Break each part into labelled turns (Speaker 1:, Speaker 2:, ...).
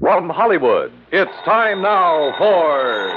Speaker 1: From Hollywood, it's time now for.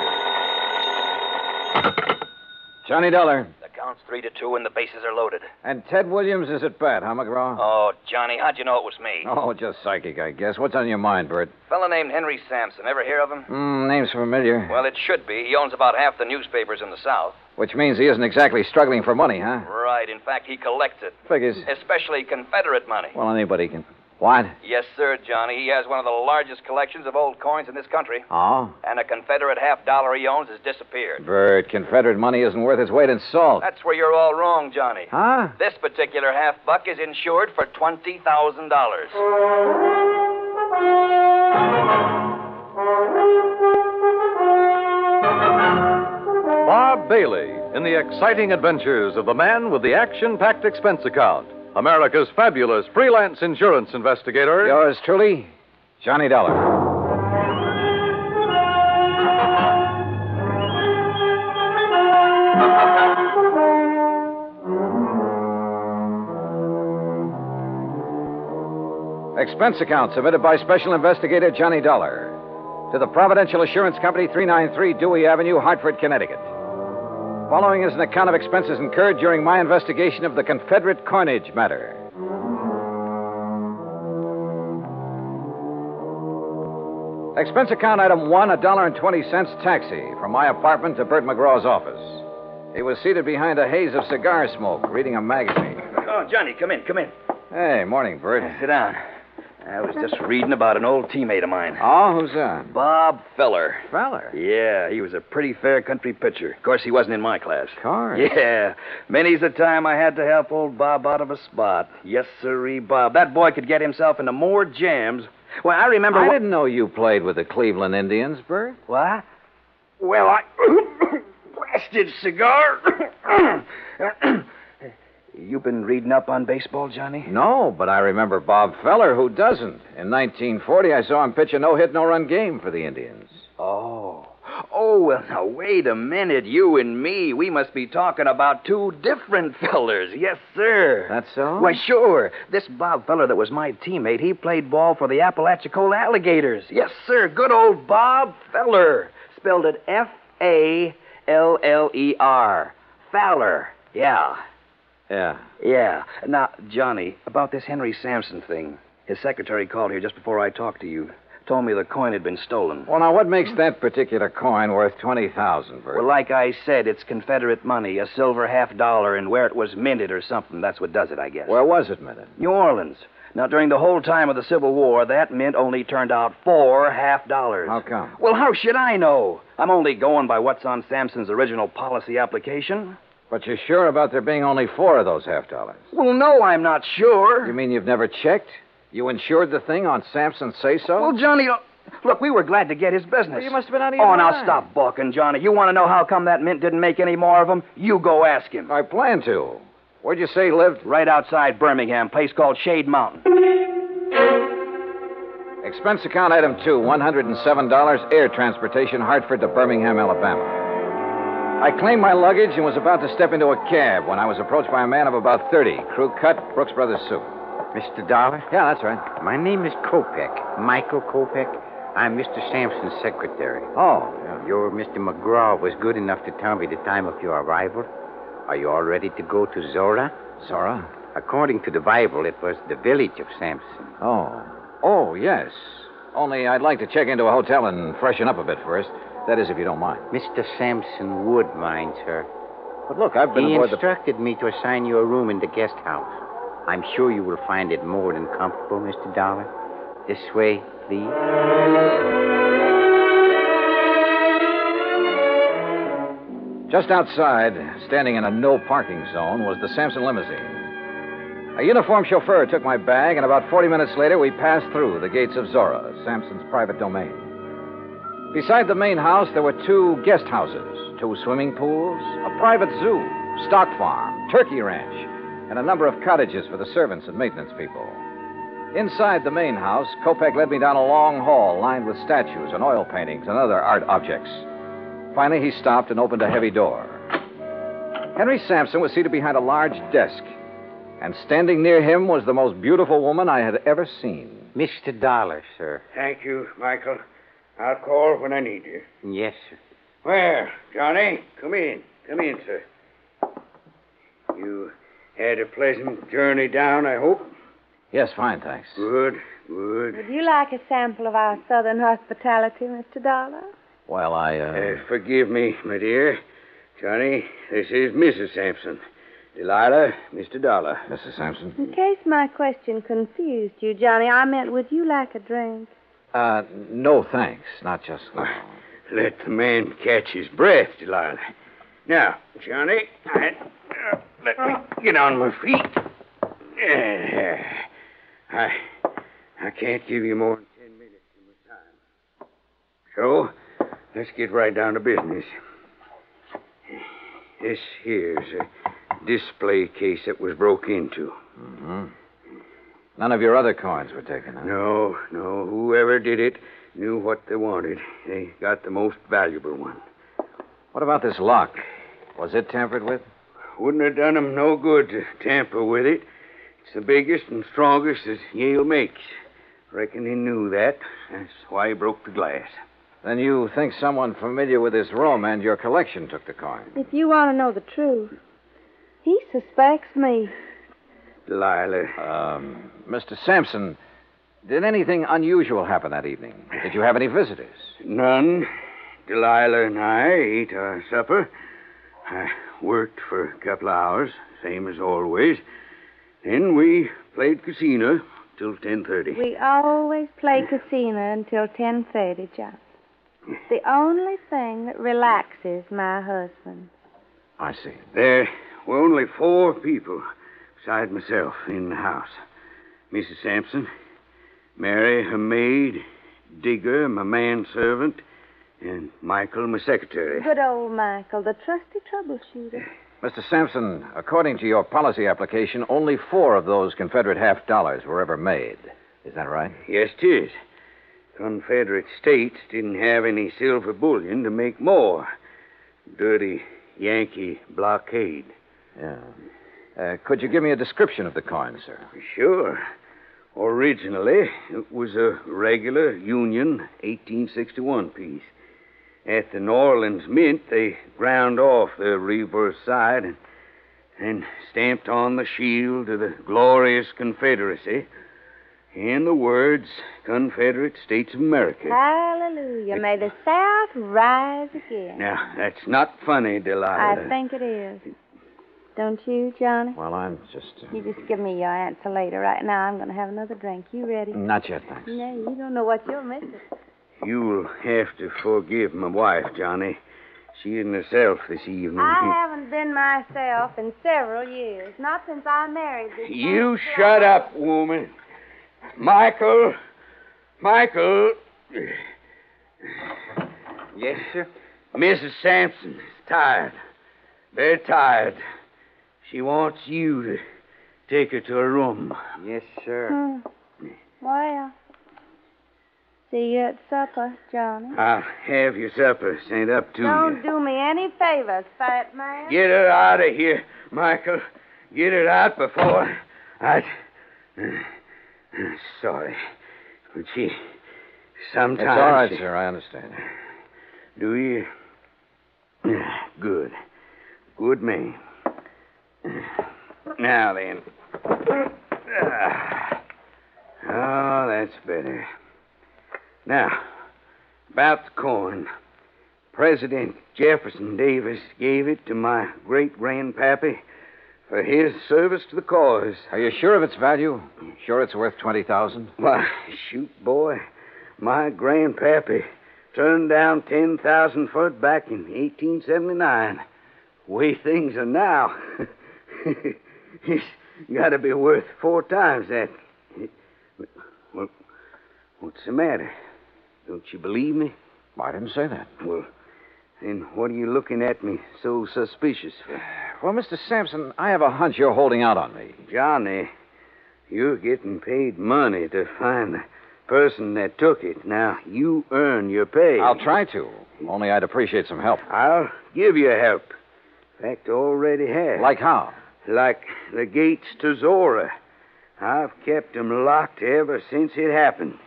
Speaker 2: Johnny Dollar.
Speaker 3: The count's three to two, and the bases are loaded.
Speaker 2: And Ted Williams is at bat, huh, McGraw?
Speaker 3: Oh, Johnny, how'd you know it was me?
Speaker 2: Oh, just psychic, I guess. What's on your mind, Bert?
Speaker 3: Fella named Henry Sampson. Ever hear of him?
Speaker 2: Mm, name's familiar.
Speaker 3: Well, it should be. He owns about half the newspapers in the South.
Speaker 2: Which means he isn't exactly struggling for money, huh?
Speaker 3: Right. In fact, he collects it,
Speaker 2: Figures.
Speaker 3: especially Confederate money.
Speaker 2: Well, anybody can. What?
Speaker 3: Yes, sir, Johnny. He has one of the largest collections of old coins in this country.
Speaker 2: Oh?
Speaker 3: And a Confederate half dollar he owns has disappeared.
Speaker 2: Bert, Confederate money isn't worth its weight in salt.
Speaker 3: That's where you're all wrong, Johnny.
Speaker 2: Huh?
Speaker 3: This particular half buck is insured for $20,000. Oh,
Speaker 1: Bob Bailey in the exciting adventures of the man with the action packed expense account, America's fabulous freelance insurance investigator.
Speaker 2: Yours truly, Johnny Dollar. Expense account submitted by Special Investigator Johnny Dollar to the Providential Assurance Company, 393 Dewey Avenue, Hartford, Connecticut. Following is an account of expenses incurred during my investigation of the Confederate coinage matter. Expense account item one, a dollar and twenty cents taxi from my apartment to Bert McGraw's office. He was seated behind a haze of cigar smoke, reading a magazine.
Speaker 3: Oh, Johnny, come in, come in.
Speaker 2: Hey, morning, Bert.
Speaker 3: Sit down. I was just reading about an old teammate of mine.
Speaker 2: Oh, who's that?
Speaker 3: Bob Feller.
Speaker 2: Feller.
Speaker 3: Yeah, he was a pretty fair country pitcher. Of course, he wasn't in my class.
Speaker 2: Car.
Speaker 3: Yeah, many's the time I had to help old Bob out of a spot. Yes, sirree, Bob. That boy could get himself into more jams. Well, I remember.
Speaker 2: I
Speaker 3: one-
Speaker 2: didn't know you played with the Cleveland Indians, Bert.
Speaker 3: What? Well, I. Blasted cigar. you been reading up on baseball, Oh, Johnny?
Speaker 2: No, but I remember Bob Feller, who doesn't. In 1940, I saw him pitch a no hit, no run game for the Indians.
Speaker 3: Oh. Oh, well, now, wait a minute. You and me, we must be talking about two different fellers. Yes, sir.
Speaker 2: That's so?
Speaker 3: Why, sure. This Bob feller that was my teammate, he played ball for the Apalachicola Alligators. Yes, sir. Good old Bob Feller. Spelled it F A L L E R. Faller. Yeah.
Speaker 2: Yeah.
Speaker 3: Yeah. Now, Johnny, about this Henry Sampson thing. His secretary called here just before I talked to you. Told me the coin had been stolen.
Speaker 2: Well, now, what makes that particular coin worth 20000 Bert?
Speaker 3: Well, like I said, it's Confederate money, a silver half dollar, and where it was minted or something. That's what does it, I guess.
Speaker 2: Where was it, Minute?
Speaker 3: New Orleans. Now, during the whole time of the Civil War, that mint only turned out four half dollars.
Speaker 2: How come?
Speaker 3: Well, how should I know? I'm only going by what's on Sampson's original policy application.
Speaker 2: But you're sure about there being only four of those half dollars?
Speaker 3: Well, no, I'm not sure.
Speaker 2: You mean you've never checked? You insured the thing on Sampson's say so?
Speaker 3: Well, Johnny, look- look, we were glad to get his business.
Speaker 2: Well, you must have been out of your
Speaker 3: Oh, now
Speaker 2: mind.
Speaker 3: stop balking, Johnny. You want to know how come that mint didn't make any more of them? You go ask him.
Speaker 2: I plan to. Where'd you say he lived?
Speaker 3: Right outside Birmingham, place called Shade Mountain.
Speaker 2: Expense account item two, $107, air transportation, Hartford to Birmingham, Alabama. I claimed my luggage and was about to step into a cab when I was approached by a man of about 30, crew cut, Brooks Brothers suit.
Speaker 4: Mr. Dollar,
Speaker 2: Yeah, that's right.
Speaker 4: my name is Kopeck, Michael Kopeck. I'm Mr. Sampson's secretary.
Speaker 2: Oh,
Speaker 4: Your Mr. McGraw was good enough to tell me the time of your arrival. Are you all ready to go to Zora?
Speaker 2: Zora?
Speaker 4: According to the Bible, it was the village of Sampson.
Speaker 2: Oh. Oh, yes. Only I'd like to check into a hotel and freshen up a bit first. That is, if you don't mind.
Speaker 4: Mr. Sampson would mind, sir.
Speaker 2: But look, I've been
Speaker 4: He
Speaker 2: aboard the.
Speaker 4: instructed me to assign you a room in the guest house. I'm sure you will find it more than comfortable, Mr. Dollar. This way, please.
Speaker 2: Just outside, standing in a no parking zone, was the Sampson limousine. A uniformed chauffeur took my bag, and about 40 minutes later, we passed through the gates of Zora, Sampson's private domain. Beside the main house, there were two guest houses, two swimming pools, a private zoo, stock farm, turkey ranch, and a number of cottages for the servants and maintenance people. Inside the main house, Kopek led me down a long hall lined with statues and oil paintings and other art objects. Finally, he stopped and opened a heavy door. Henry Sampson was seated behind a large desk, and standing near him was the most beautiful woman I had ever seen.
Speaker 4: Mr. Dollar, sir.
Speaker 5: Thank you, Michael. I'll call when I need you.
Speaker 4: Yes, sir.
Speaker 5: Well, Johnny, come in. Come in, sir. You had a pleasant journey down, I hope.
Speaker 2: Yes, fine, thanks.
Speaker 5: Good, good.
Speaker 6: Would you like a sample of our southern hospitality, Mr. Dollar?
Speaker 2: Well, I, uh...
Speaker 5: Uh, forgive me, my dear. Johnny, this is Mrs. Sampson. Delilah, Mr. Dollar.
Speaker 2: Mrs. Sampson?
Speaker 6: In case my question confused you, Johnny, I meant would you like a drink?
Speaker 2: Uh, no thanks. Not just now.
Speaker 5: Let the man catch his breath, Delilah. Now, Johnny, I, uh, let me get on my feet. Yeah. I, I can't give you more than ten minutes of my time. So, let's get right down to business. This here's a display case that was broke into.
Speaker 2: hmm None of your other coins were taken, huh?
Speaker 5: No, no. Whoever did it knew what they wanted. They got the most valuable one.
Speaker 2: What about this lock? Was it tampered with?
Speaker 5: Wouldn't have done 'em no good to tamper with it. It's the biggest and strongest that Yale makes. Reckon he knew that. That's why he broke the glass.
Speaker 2: Then you think someone familiar with this room and your collection took the coin.
Speaker 6: If you want to know the truth, he suspects me.
Speaker 5: Delilah.
Speaker 2: Um, Mr. Sampson, did anything unusual happen that evening? Did you have any visitors?
Speaker 5: None. Delilah and I ate our supper. I worked for a couple of hours, same as always. Then we played casino till ten thirty.
Speaker 6: We always play casino until 10.30, Johnny. It's the only thing that relaxes my husband.
Speaker 2: I see.
Speaker 5: There were only four people beside myself in the house Mrs. Sampson, Mary, her maid, Digger, my manservant, and Michael, my secretary.
Speaker 6: Good old Michael, the trusty troubleshooter.
Speaker 2: Mr. Sampson, according to your policy application, only four of those Confederate half dollars were ever made. Is that right?
Speaker 5: Yes, 'tis. Confederate States didn't have any silver bullion to make more. Dirty Yankee blockade.
Speaker 2: Yeah. Uh, could you give me a description of the coin, sir?
Speaker 5: Sure. Originally, it was a regular Union 1861 piece. At the New Orleans Mint, they ground off the reverse side and, and stamped on the shield of the glorious Confederacy in the words Confederate States of America.
Speaker 6: Hallelujah. May the South rise again.
Speaker 5: Now, uh, that's not funny, Delilah.
Speaker 6: I think it is. Don't you, Johnny?
Speaker 2: Well, I'm just.
Speaker 6: You just give me your answer later. Right now, I'm going to have another drink. You ready?
Speaker 2: Not yet, thanks.
Speaker 6: No, you don't know what you're missing.
Speaker 5: You'll have to forgive my wife, Johnny. She isn't herself this evening.
Speaker 6: I haven't been myself in several years. Not since I married this.
Speaker 5: You shut up, woman. Michael. Michael.
Speaker 4: Yes, sir.
Speaker 5: Mrs. Sampson is tired. Very tired. She wants you to take her to her room.
Speaker 4: Yes, sir.
Speaker 6: Hmm. Well, see you at supper, Johnny.
Speaker 5: I'll have your supper sent up to
Speaker 6: Don't
Speaker 5: you.
Speaker 6: do me any favors, fat man.
Speaker 5: Get her out of here, Michael. Get her out before I. Sorry. But she. Sometimes.
Speaker 2: It's all right,
Speaker 5: she-
Speaker 2: sir. I understand.
Speaker 5: Do you? Yeah, Good. Good man. Now then. Ah. Oh, that's better. Now, about the coin. President Jefferson Davis gave it to my great grandpappy for his service to the cause.
Speaker 2: Are you sure of its value? Sure it's worth 20000
Speaker 5: Why, shoot, boy. My grandpappy turned down 10,000 for it back in 1879. Way things are now. it's got to be worth four times that. Well, what's the matter? Don't you believe me?
Speaker 2: I didn't say that.
Speaker 5: Well, then what are you looking at me so suspicious for?
Speaker 2: Well, Mr. Sampson, I have a hunch you're holding out on me.
Speaker 5: Johnny, you're getting paid money to find the person that took it. Now, you earn your pay.
Speaker 2: I'll try to, only I'd appreciate some help.
Speaker 5: I'll give you help. In fact, I already have.
Speaker 2: Like how?
Speaker 5: Like the gates to Zora. I've kept 'em locked ever since it happened.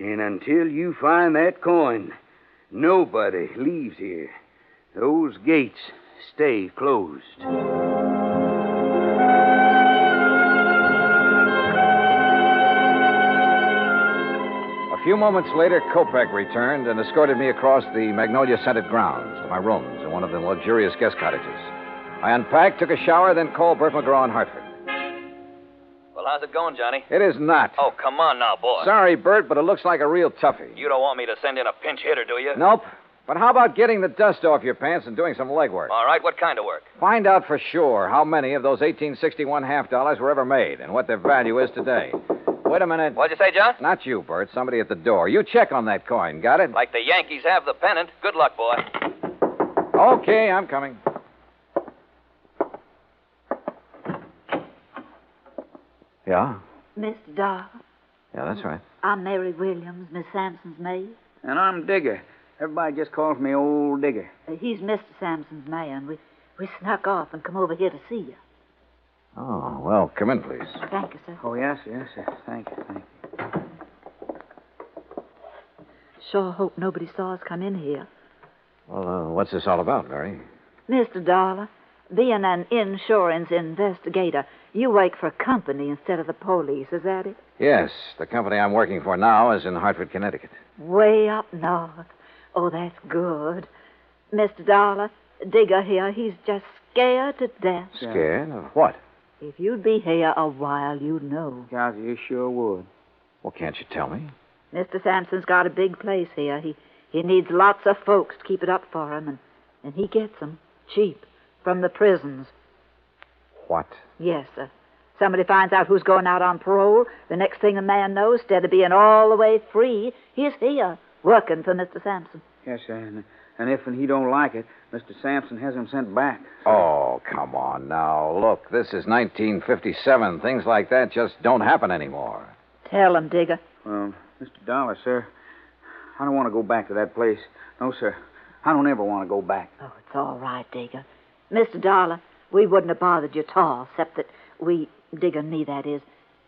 Speaker 5: And until you find that coin, nobody leaves here. Those gates stay closed.
Speaker 2: A few moments later, Kopeck returned and escorted me across the magnolia scented grounds to my rooms in one of the luxurious guest cottages. I unpacked, took a shower, then called Bert McGraw in Hartford.
Speaker 7: Well, how's it going, Johnny?
Speaker 2: It is not.
Speaker 7: Oh, come on now, boy.
Speaker 2: Sorry, Bert, but it looks like a real toughie.
Speaker 7: You don't want me to send in a pinch hitter, do you?
Speaker 2: Nope. But how about getting the dust off your pants and doing some legwork?
Speaker 7: All right, what kind of work?
Speaker 2: Find out for sure how many of those 1861 half dollars were ever made and what their value is today. Wait a minute.
Speaker 7: What'd you say, John?
Speaker 2: Not you, Bert. Somebody at the door. You check on that coin. Got it?
Speaker 7: Like the Yankees have the pennant. Good luck, boy.
Speaker 2: Okay, I'm coming. Yeah?
Speaker 8: Mr. Doll,
Speaker 2: Yeah, that's right.
Speaker 8: I'm Mary Williams, Miss Sampson's maid.
Speaker 3: And I'm Digger. Everybody just calls me Old Digger.
Speaker 8: Uh, he's Mr. Sampson's man. We, we snuck off and come over here to see you.
Speaker 2: Oh, well, come in, please.
Speaker 8: Thank you, sir.
Speaker 3: Oh, yes, yes, yes. Thank you, thank you.
Speaker 8: Sure hope nobody saw us come in here.
Speaker 2: Well, uh, what's this all about, Mary?
Speaker 8: Mr. Dollar, being an insurance investigator, you work for a company instead of the police, is that it?
Speaker 2: Yes, the company I'm working for now is in Hartford, Connecticut.
Speaker 8: Way up north. Oh, that's good. Mr. Dollar, Digger here, he's just scared to death.
Speaker 2: Scared of what?
Speaker 8: If you'd be here a while, you'd know.
Speaker 3: Johnny, you sure would.
Speaker 2: Well, can't you tell me?
Speaker 8: Mr. Sampson's got a big place here. He he needs lots of folks to keep it up for him, and, and he gets 'em cheap from the prisons.
Speaker 2: What?
Speaker 8: Yes, sir. Somebody finds out who's going out on parole. The next thing a man knows, instead of being all the way free, he's here working for Mr. Sampson.
Speaker 3: Yes, sir. And, and if he don't like it, Mr. Sampson has him sent back.
Speaker 2: Oh, come on now. Look, this is 1957. Things like that just don't happen anymore.
Speaker 8: Tell him, Digger.
Speaker 3: Well, Mr. Dollar, sir, I don't want to go back to that place. No, sir. I don't ever want to go back.
Speaker 8: Oh, it's all right, Digger. Mr. Dollar, we wouldn't have bothered you at all, except that we, Digger and me, that is,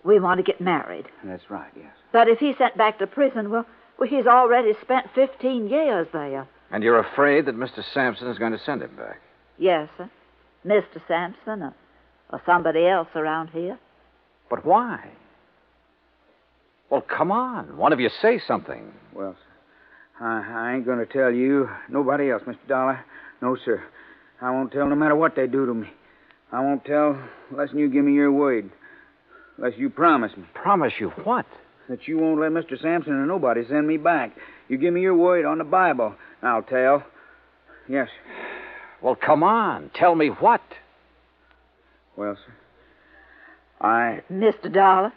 Speaker 8: we want to get married.
Speaker 3: That's right, yes.
Speaker 8: But if he's sent back to prison, well, well he's already spent 15 years there.
Speaker 2: And you're afraid that Mr. Sampson is going to send him back.
Speaker 8: Yes, sir. Mr. Sampson or, or somebody else around here.
Speaker 2: But why? Well, come on. One of you say something.
Speaker 3: Well, sir, I, I ain't going to tell you. Nobody else, Mr. Dollar. No, sir. I won't tell no matter what they do to me. I won't tell unless you give me your word. Unless you promise me
Speaker 2: Promise you what?
Speaker 3: that you won't let Mr. Sampson or nobody send me back. You give me your word on the Bible, and I'll tell. Yes, sir.
Speaker 2: Well, come on. Tell me what.
Speaker 3: Well, sir. I.
Speaker 8: Mr. Dollar,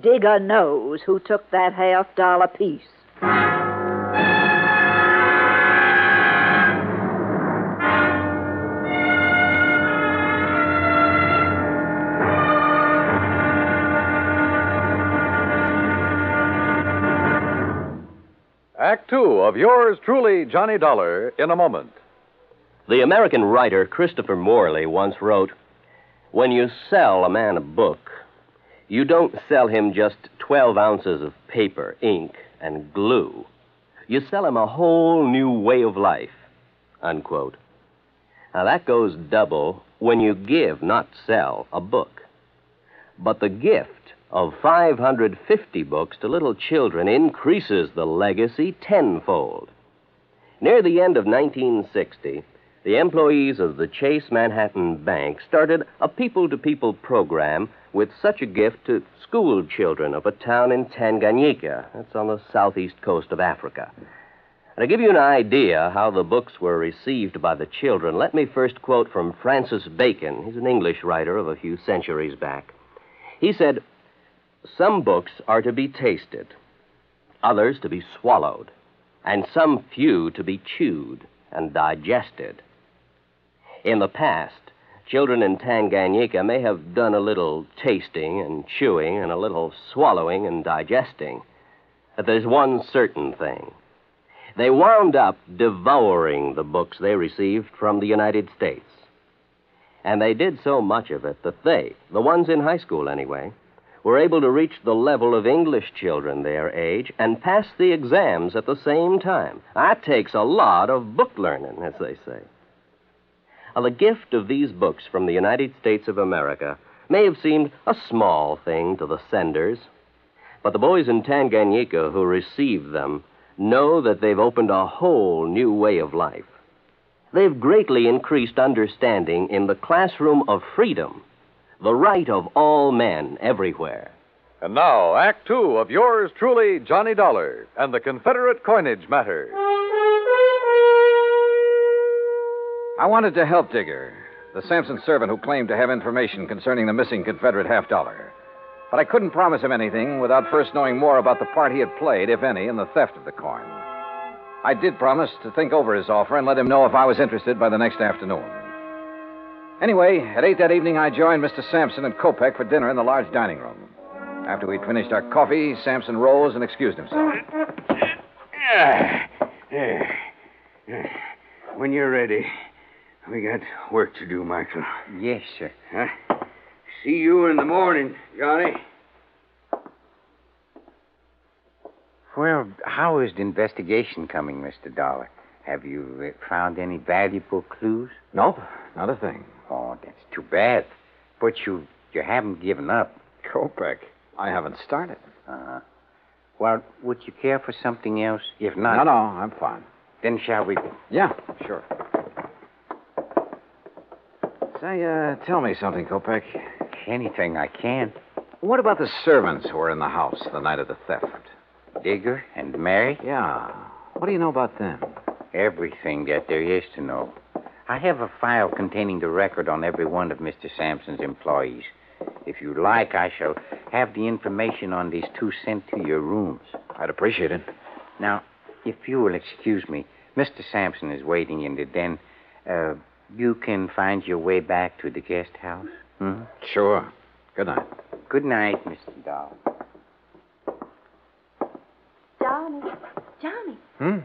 Speaker 8: Digger knows who took that half dollar piece.
Speaker 1: Act two of yours truly, Johnny Dollar, in a moment.
Speaker 9: The American writer Christopher Morley once wrote When you sell a man a book, you don't sell him just 12 ounces of paper, ink, and glue. You sell him a whole new way of life. Unquote. Now that goes double when you give, not sell, a book. But the gift of 550 books to little children increases the legacy tenfold. Near the end of 1960, the employees of the Chase Manhattan Bank started a people to people program with such a gift to school children of a town in Tanganyika. That's on the southeast coast of Africa. And to give you an idea how the books were received by the children, let me first quote from Francis Bacon. He's an English writer of a few centuries back. He said, Some books are to be tasted, others to be swallowed, and some few to be chewed and digested. In the past, children in Tanganyika may have done a little tasting and chewing and a little swallowing and digesting. But there's one certain thing they wound up devouring the books they received from the United States. And they did so much of it that they, the ones in high school anyway, were able to reach the level of English children their age and pass the exams at the same time. That takes a lot of book learning, as they say. Now, the gift of these books from the United States of America may have seemed a small thing to the senders, but the boys in Tanganyika who received them know that they've opened a whole new way of life. They've greatly increased understanding in the classroom of freedom, the right of all men everywhere.
Speaker 1: And now, Act Two of yours truly, Johnny Dollar and the Confederate Coinage Matter.
Speaker 2: I wanted to help Digger, the Sampson servant who claimed to have information concerning the missing Confederate half dollar. But I couldn't promise him anything without first knowing more about the part he had played, if any, in the theft of the coin. I did promise to think over his offer and let him know if I was interested by the next afternoon. Anyway, at 8 that evening, I joined Mr. Sampson and Kopeck for dinner in the large dining room. After we'd finished our coffee, Sampson rose and excused himself.
Speaker 5: When you're ready, we got work to do, Michael.
Speaker 4: Yes, sir.
Speaker 5: Huh? See you in the morning, Johnny.
Speaker 4: Well, how is the investigation coming, Mr. Dollar? Have you uh, found any valuable clues?
Speaker 2: Nope, not a thing.
Speaker 4: Oh, that's too bad. But you you haven't given up.
Speaker 2: Kopeck, I haven't started. Uh.
Speaker 4: Uh-huh. Well, would you care for something else? If not,
Speaker 2: No, no, I'm fine.
Speaker 4: then shall we?
Speaker 2: Yeah, sure. Say, uh, tell me something, Kopeck.
Speaker 4: Anything I can.
Speaker 2: What about the servants who were in the house the night of the theft?
Speaker 4: Digger and Mary,
Speaker 2: Yeah. What do you know about them?
Speaker 4: everything that there is to know. I have a file containing the record on every one of Mr. Sampson's employees. If you like, I shall have the information on these two sent to your rooms.
Speaker 2: I'd appreciate it.
Speaker 4: Now, if you will excuse me, Mr. Sampson is waiting in the den. Uh, you can find your way back to the guest house. Hmm?
Speaker 2: Sure. Good night.
Speaker 4: Good night, Mr. Doll.
Speaker 6: Johnny. Johnny.
Speaker 2: Hmm?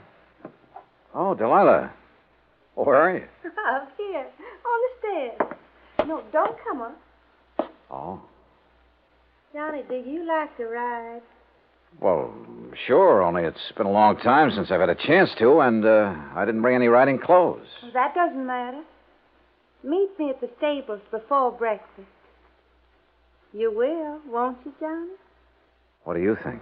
Speaker 2: Oh, Delilah. Oh, where are you?
Speaker 6: Up here. On the stairs. No, don't come up.
Speaker 2: Oh.
Speaker 6: Johnny, do you like to ride?
Speaker 2: Well, sure, only it's been a long time since I've had a chance to, and uh, I didn't bring any riding clothes.
Speaker 6: Well, that doesn't matter. Meet me at the stables before breakfast. You will, won't you, Johnny?
Speaker 2: What do you think?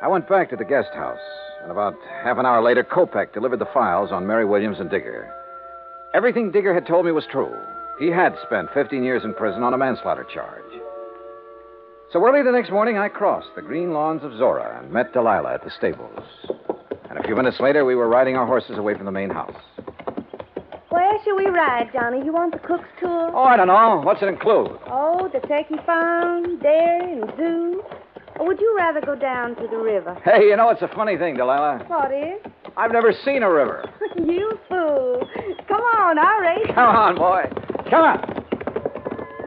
Speaker 2: I went back to the guest house, and about half an hour later, Kopeck delivered the files on Mary Williams and Digger. Everything Digger had told me was true. He had spent 15 years in prison on a manslaughter charge. So early the next morning, I crossed the green lawns of Zora and met Delilah at the stables. And a few minutes later, we were riding our horses away from the main house.
Speaker 6: Where shall we ride, Johnny? You want the cook's tour?
Speaker 2: Oh, I don't know. What's it include?
Speaker 6: Oh, the turkey farm, dairy, and zoo. Or would you rather go down to the river?
Speaker 2: Hey, you know, it's a funny thing, Delilah.
Speaker 6: What is?
Speaker 2: I've never seen a river.
Speaker 6: you fool. Come on, I'll race.
Speaker 2: Come on, boy. Come on.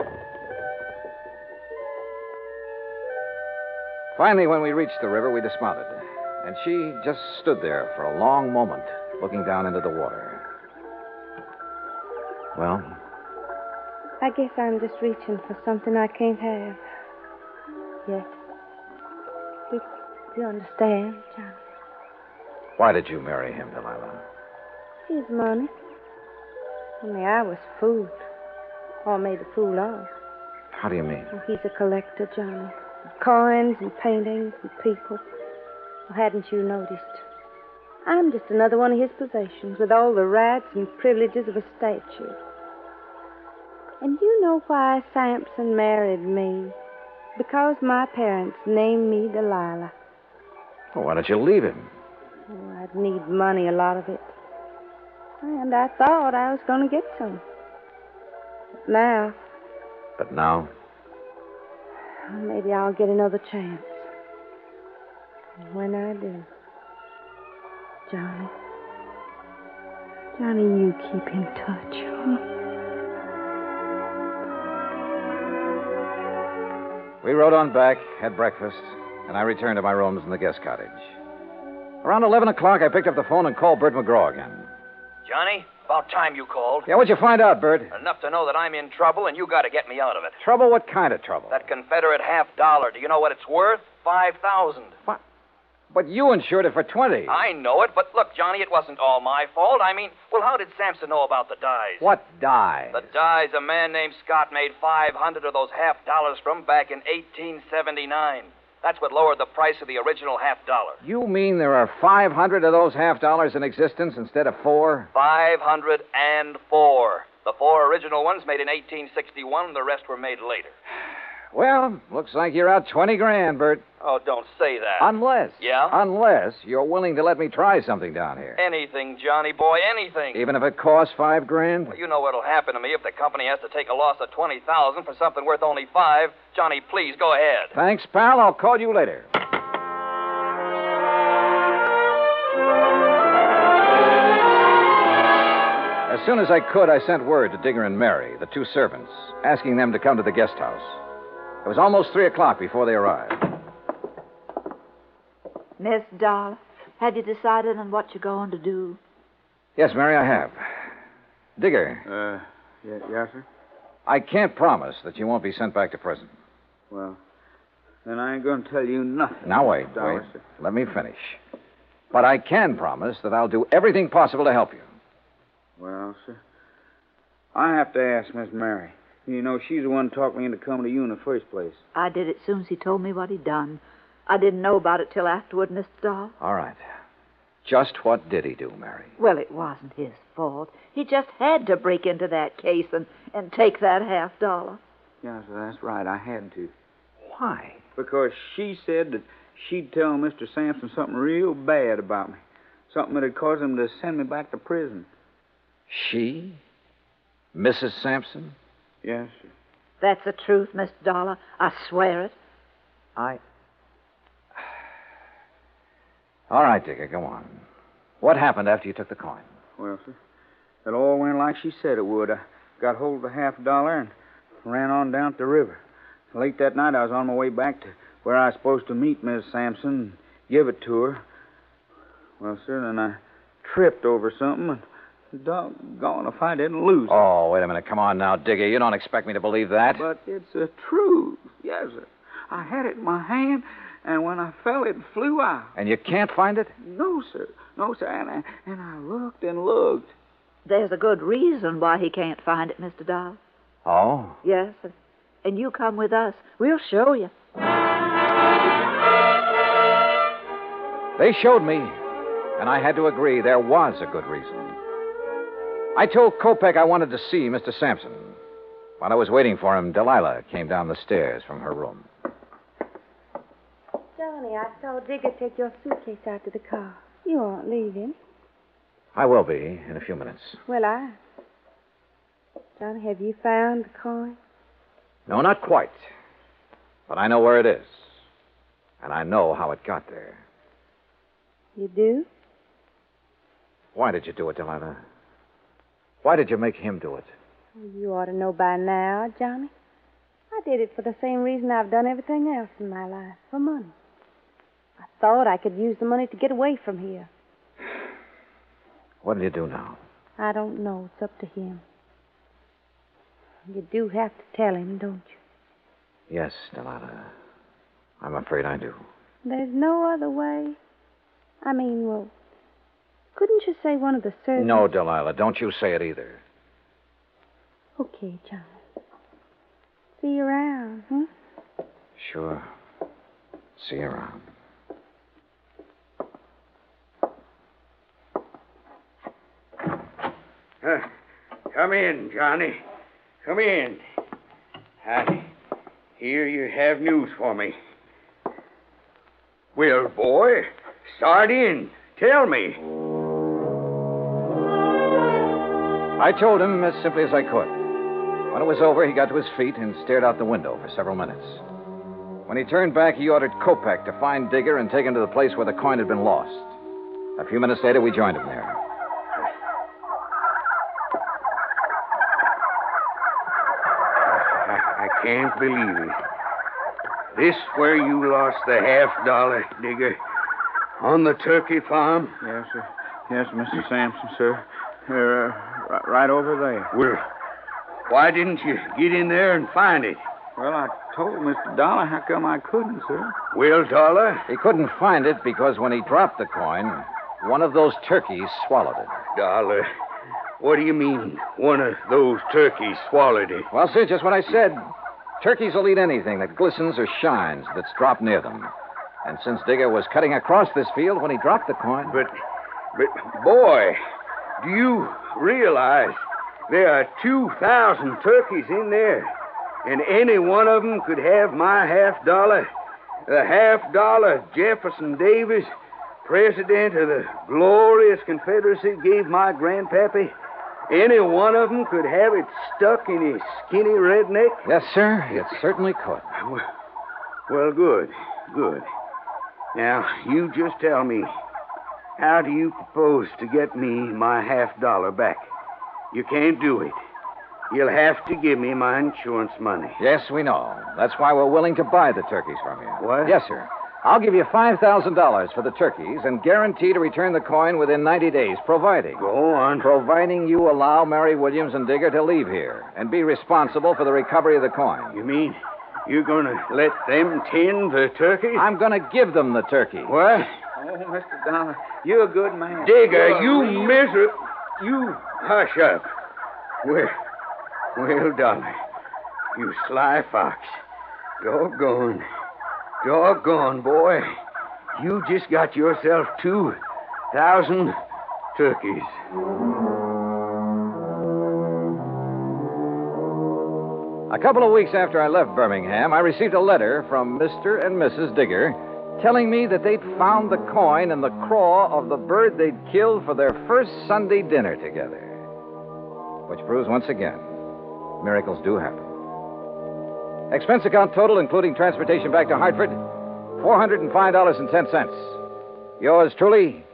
Speaker 2: Finally, when we reached the river, we dismounted. And she just stood there for a long moment, looking down into the water. Well,
Speaker 6: I guess I'm just reaching for something I can't have. Yes. You, you understand, Johnny?
Speaker 2: why did you marry him, Delilah?
Speaker 6: His money. Only I was fooled. Or made a fool of.
Speaker 2: How do you mean?
Speaker 6: Well, he's a collector, Johnny. Of coins and paintings and people. Well, hadn't you noticed? I'm just another one of his possessions with all the rights and privileges of a statue. And you know why Sampson married me? Because my parents named me Delilah.
Speaker 2: Well, why don't you leave him?
Speaker 6: Oh, I'd need money, a lot of it. And I thought I was going to get some. But now,
Speaker 2: But now,
Speaker 6: Maybe I'll get another chance. And when I do, Johnny. Johnny, you keep in touch. huh?
Speaker 2: We rode on back, had breakfast, and I returned to my rooms in the guest cottage. Around 11 o'clock, I picked up the phone and called Bert McGraw again.
Speaker 7: Johnny,
Speaker 3: About time you called.
Speaker 2: Yeah, what'd you find out, Bert?
Speaker 3: Enough to know that I'm in trouble, and you got to get me out of it.
Speaker 2: Trouble? What kind of trouble?
Speaker 3: That Confederate half dollar. Do you know what it's worth? Five thousand.
Speaker 2: But you insured it for 20.
Speaker 3: I know it, but look, Johnny, it wasn't all my fault. I mean, well, how did Sampson know about the dies?
Speaker 2: What die?
Speaker 3: The dies a man named Scott made 500 of those half dollars from back in 1879. That's what lowered the price of the original half dollar.
Speaker 2: You mean there are 500 of those half dollars in existence instead of four?
Speaker 3: 504. The four original ones made in 1861, and the rest were made later.
Speaker 2: Well, looks like you're out 20 grand, Bert.
Speaker 3: Oh, don't say that.
Speaker 2: Unless.
Speaker 3: Yeah?
Speaker 2: Unless you're willing to let me try something down here.
Speaker 3: Anything, Johnny boy, anything.
Speaker 2: Even if it costs five grand?
Speaker 3: Well, you know what'll happen to me if the company has to take a loss of 20000 for something worth only five. Johnny, please, go ahead.
Speaker 2: Thanks, pal. I'll call you later. As soon as I could, I sent word to Digger and Mary, the two servants, asking them to come to the guest house. It was almost three o'clock before they arrived.
Speaker 8: Miss Dollar, have you decided on what you're going to do?
Speaker 2: Yes, Mary, I have. Digger,
Speaker 10: Uh, yes, yeah, sir?
Speaker 2: I can't promise that you won't be sent back to prison.
Speaker 10: Well, then I ain't going to tell you nothing.
Speaker 2: Now, wait,
Speaker 10: Mr.
Speaker 2: wait.
Speaker 10: Dollar, sir.
Speaker 2: Let me finish. But I can promise that I'll do everything possible to help you.
Speaker 10: Well, sir, I have to ask Miss Mary. You know, she's the one talked me into coming to you in the first place.
Speaker 8: I did it soon as he told me what he'd done. I didn't know about it till afterward, Mr. Doll.
Speaker 2: All right. Just what did he do, Mary?
Speaker 8: Well, it wasn't his fault. He just had to break into that case and, and take that half dollar.
Speaker 10: Yeah, sir, that's right. I had to.
Speaker 2: Why?
Speaker 10: Because she said that she'd tell Mr. Sampson something real bad about me. Something that'd cause him to send me back to prison.
Speaker 2: She? Mrs. Sampson?
Speaker 10: Yes, sir.
Speaker 8: That's the truth, Mr. Dollar. I swear it.
Speaker 2: I. All right, Digger, go on. What happened after you took the coin?
Speaker 10: Well, sir, it all went like she said it would. I got hold of the half dollar and ran on down to the river. Late that night, I was on my way back to where I was supposed to meet Miss Sampson and give it to her. Well, sir, then I tripped over something, and doggone if I didn't lose it.
Speaker 2: Oh, wait a minute. Come on now, Digger. You don't expect me to believe that.
Speaker 10: But it's the truth. Yes, sir. I had it in my hand, and when I fell, it flew out.
Speaker 2: And you can't find it?
Speaker 10: No, sir. No, sir. And I, and I looked and looked.
Speaker 8: There's a good reason why he can't find it, Mr. Doll.
Speaker 2: Oh.
Speaker 8: Yes, and, and you come with us. We'll show you.
Speaker 2: They showed me, and I had to agree there was a good reason. I told Kopek I wanted to see Mr. Sampson. While I was waiting for him, Delilah came down the stairs from her room.
Speaker 6: Johnny, I saw Digger take your suitcase out to the car. You aren't leaving.
Speaker 2: I will be in a few minutes.
Speaker 6: Well, I. Johnny, have you found the coin?
Speaker 2: No, not quite. But I know where it is. And I know how it got there.
Speaker 6: You do?
Speaker 2: Why did you do it, Delilah? Why did you make him do it?
Speaker 6: You ought to know by now, Johnny. I did it for the same reason I've done everything else in my life for money. I thought I could use the money to get away from here.
Speaker 2: What do you do now?
Speaker 6: I don't know. It's up to him. You do have to tell him, don't you?
Speaker 2: Yes, Delilah. I'm afraid I do.
Speaker 6: There's no other way. I mean, well, couldn't you say one of the servants?
Speaker 2: No, Delilah, don't you say it either.
Speaker 6: Okay, Johnny. See you around, huh?
Speaker 2: Sure. See you around.
Speaker 10: Come in, Johnny. Come in. I hear you have news for me. Well, boy, start in. Tell me.
Speaker 2: I told him as simply as I could. When it was over, he got to his feet and stared out the window for several minutes. When he turned back, he ordered Kopek to find Digger and take him to the place where the coin had been lost. A few minutes later, we joined him there.
Speaker 10: I, I can't believe it. This where you lost the half dollar, Digger? On the turkey farm? Yes, sir. Yes, Mr. Sampson, sir. R- right over there.
Speaker 5: Well, Uh, why didn't you get in there and find it?
Speaker 10: Well, I told Mr. Dollar how come I couldn't, sir.
Speaker 5: Will Dollar?
Speaker 2: He couldn't find it because when he dropped the coin, one of those turkeys swallowed it.
Speaker 5: Dollar. What do you mean one of those turkeys swallowed it?
Speaker 2: Well, see, just what I said. Turkeys will eat anything that glistens or shines that's dropped near them. And since Digger was cutting across this field when he dropped the coin.
Speaker 5: But, but boy, do you realize there are 2,000 turkeys in there? And any one of them could have my half dollar. The half dollar Jefferson Davis, president of the glorious Confederacy, gave my grandpappy. Any one of them could have it stuck in his skinny redneck.
Speaker 2: Yes, sir, it certainly could.
Speaker 5: Well, well, good, good. Now, you just tell me, how do you propose to get me my half dollar back? You can't do it. You'll have to give me my insurance money.
Speaker 2: Yes, we know. That's why we're willing to buy the turkeys from you.
Speaker 5: What?
Speaker 2: Yes, sir. I'll give you $5,000 for the turkeys and guarantee to return the coin within 90 days, providing.
Speaker 5: Go on.
Speaker 2: Providing you allow Mary Williams and Digger to leave here and be responsible for the recovery of the coin.
Speaker 5: You mean you're going to let them tend the turkeys?
Speaker 2: I'm going to give them the turkey.
Speaker 5: What?
Speaker 10: Oh, Mr. Dollar, you're a good man.
Speaker 5: Digger, you miser... You... Hush up. Well, well, Dolly, you sly fox. Doggone. Doggone, boy. You just got yourself 2,000 turkeys.
Speaker 2: A couple of weeks after I left Birmingham, I received a letter from Mr. and Mrs. Digger telling me that they'd found the coin in the craw of the bird they'd killed for their first Sunday dinner together. Which proves once again, miracles do happen. Expense account total, including transportation back to Hartford, $405.10. Yours truly,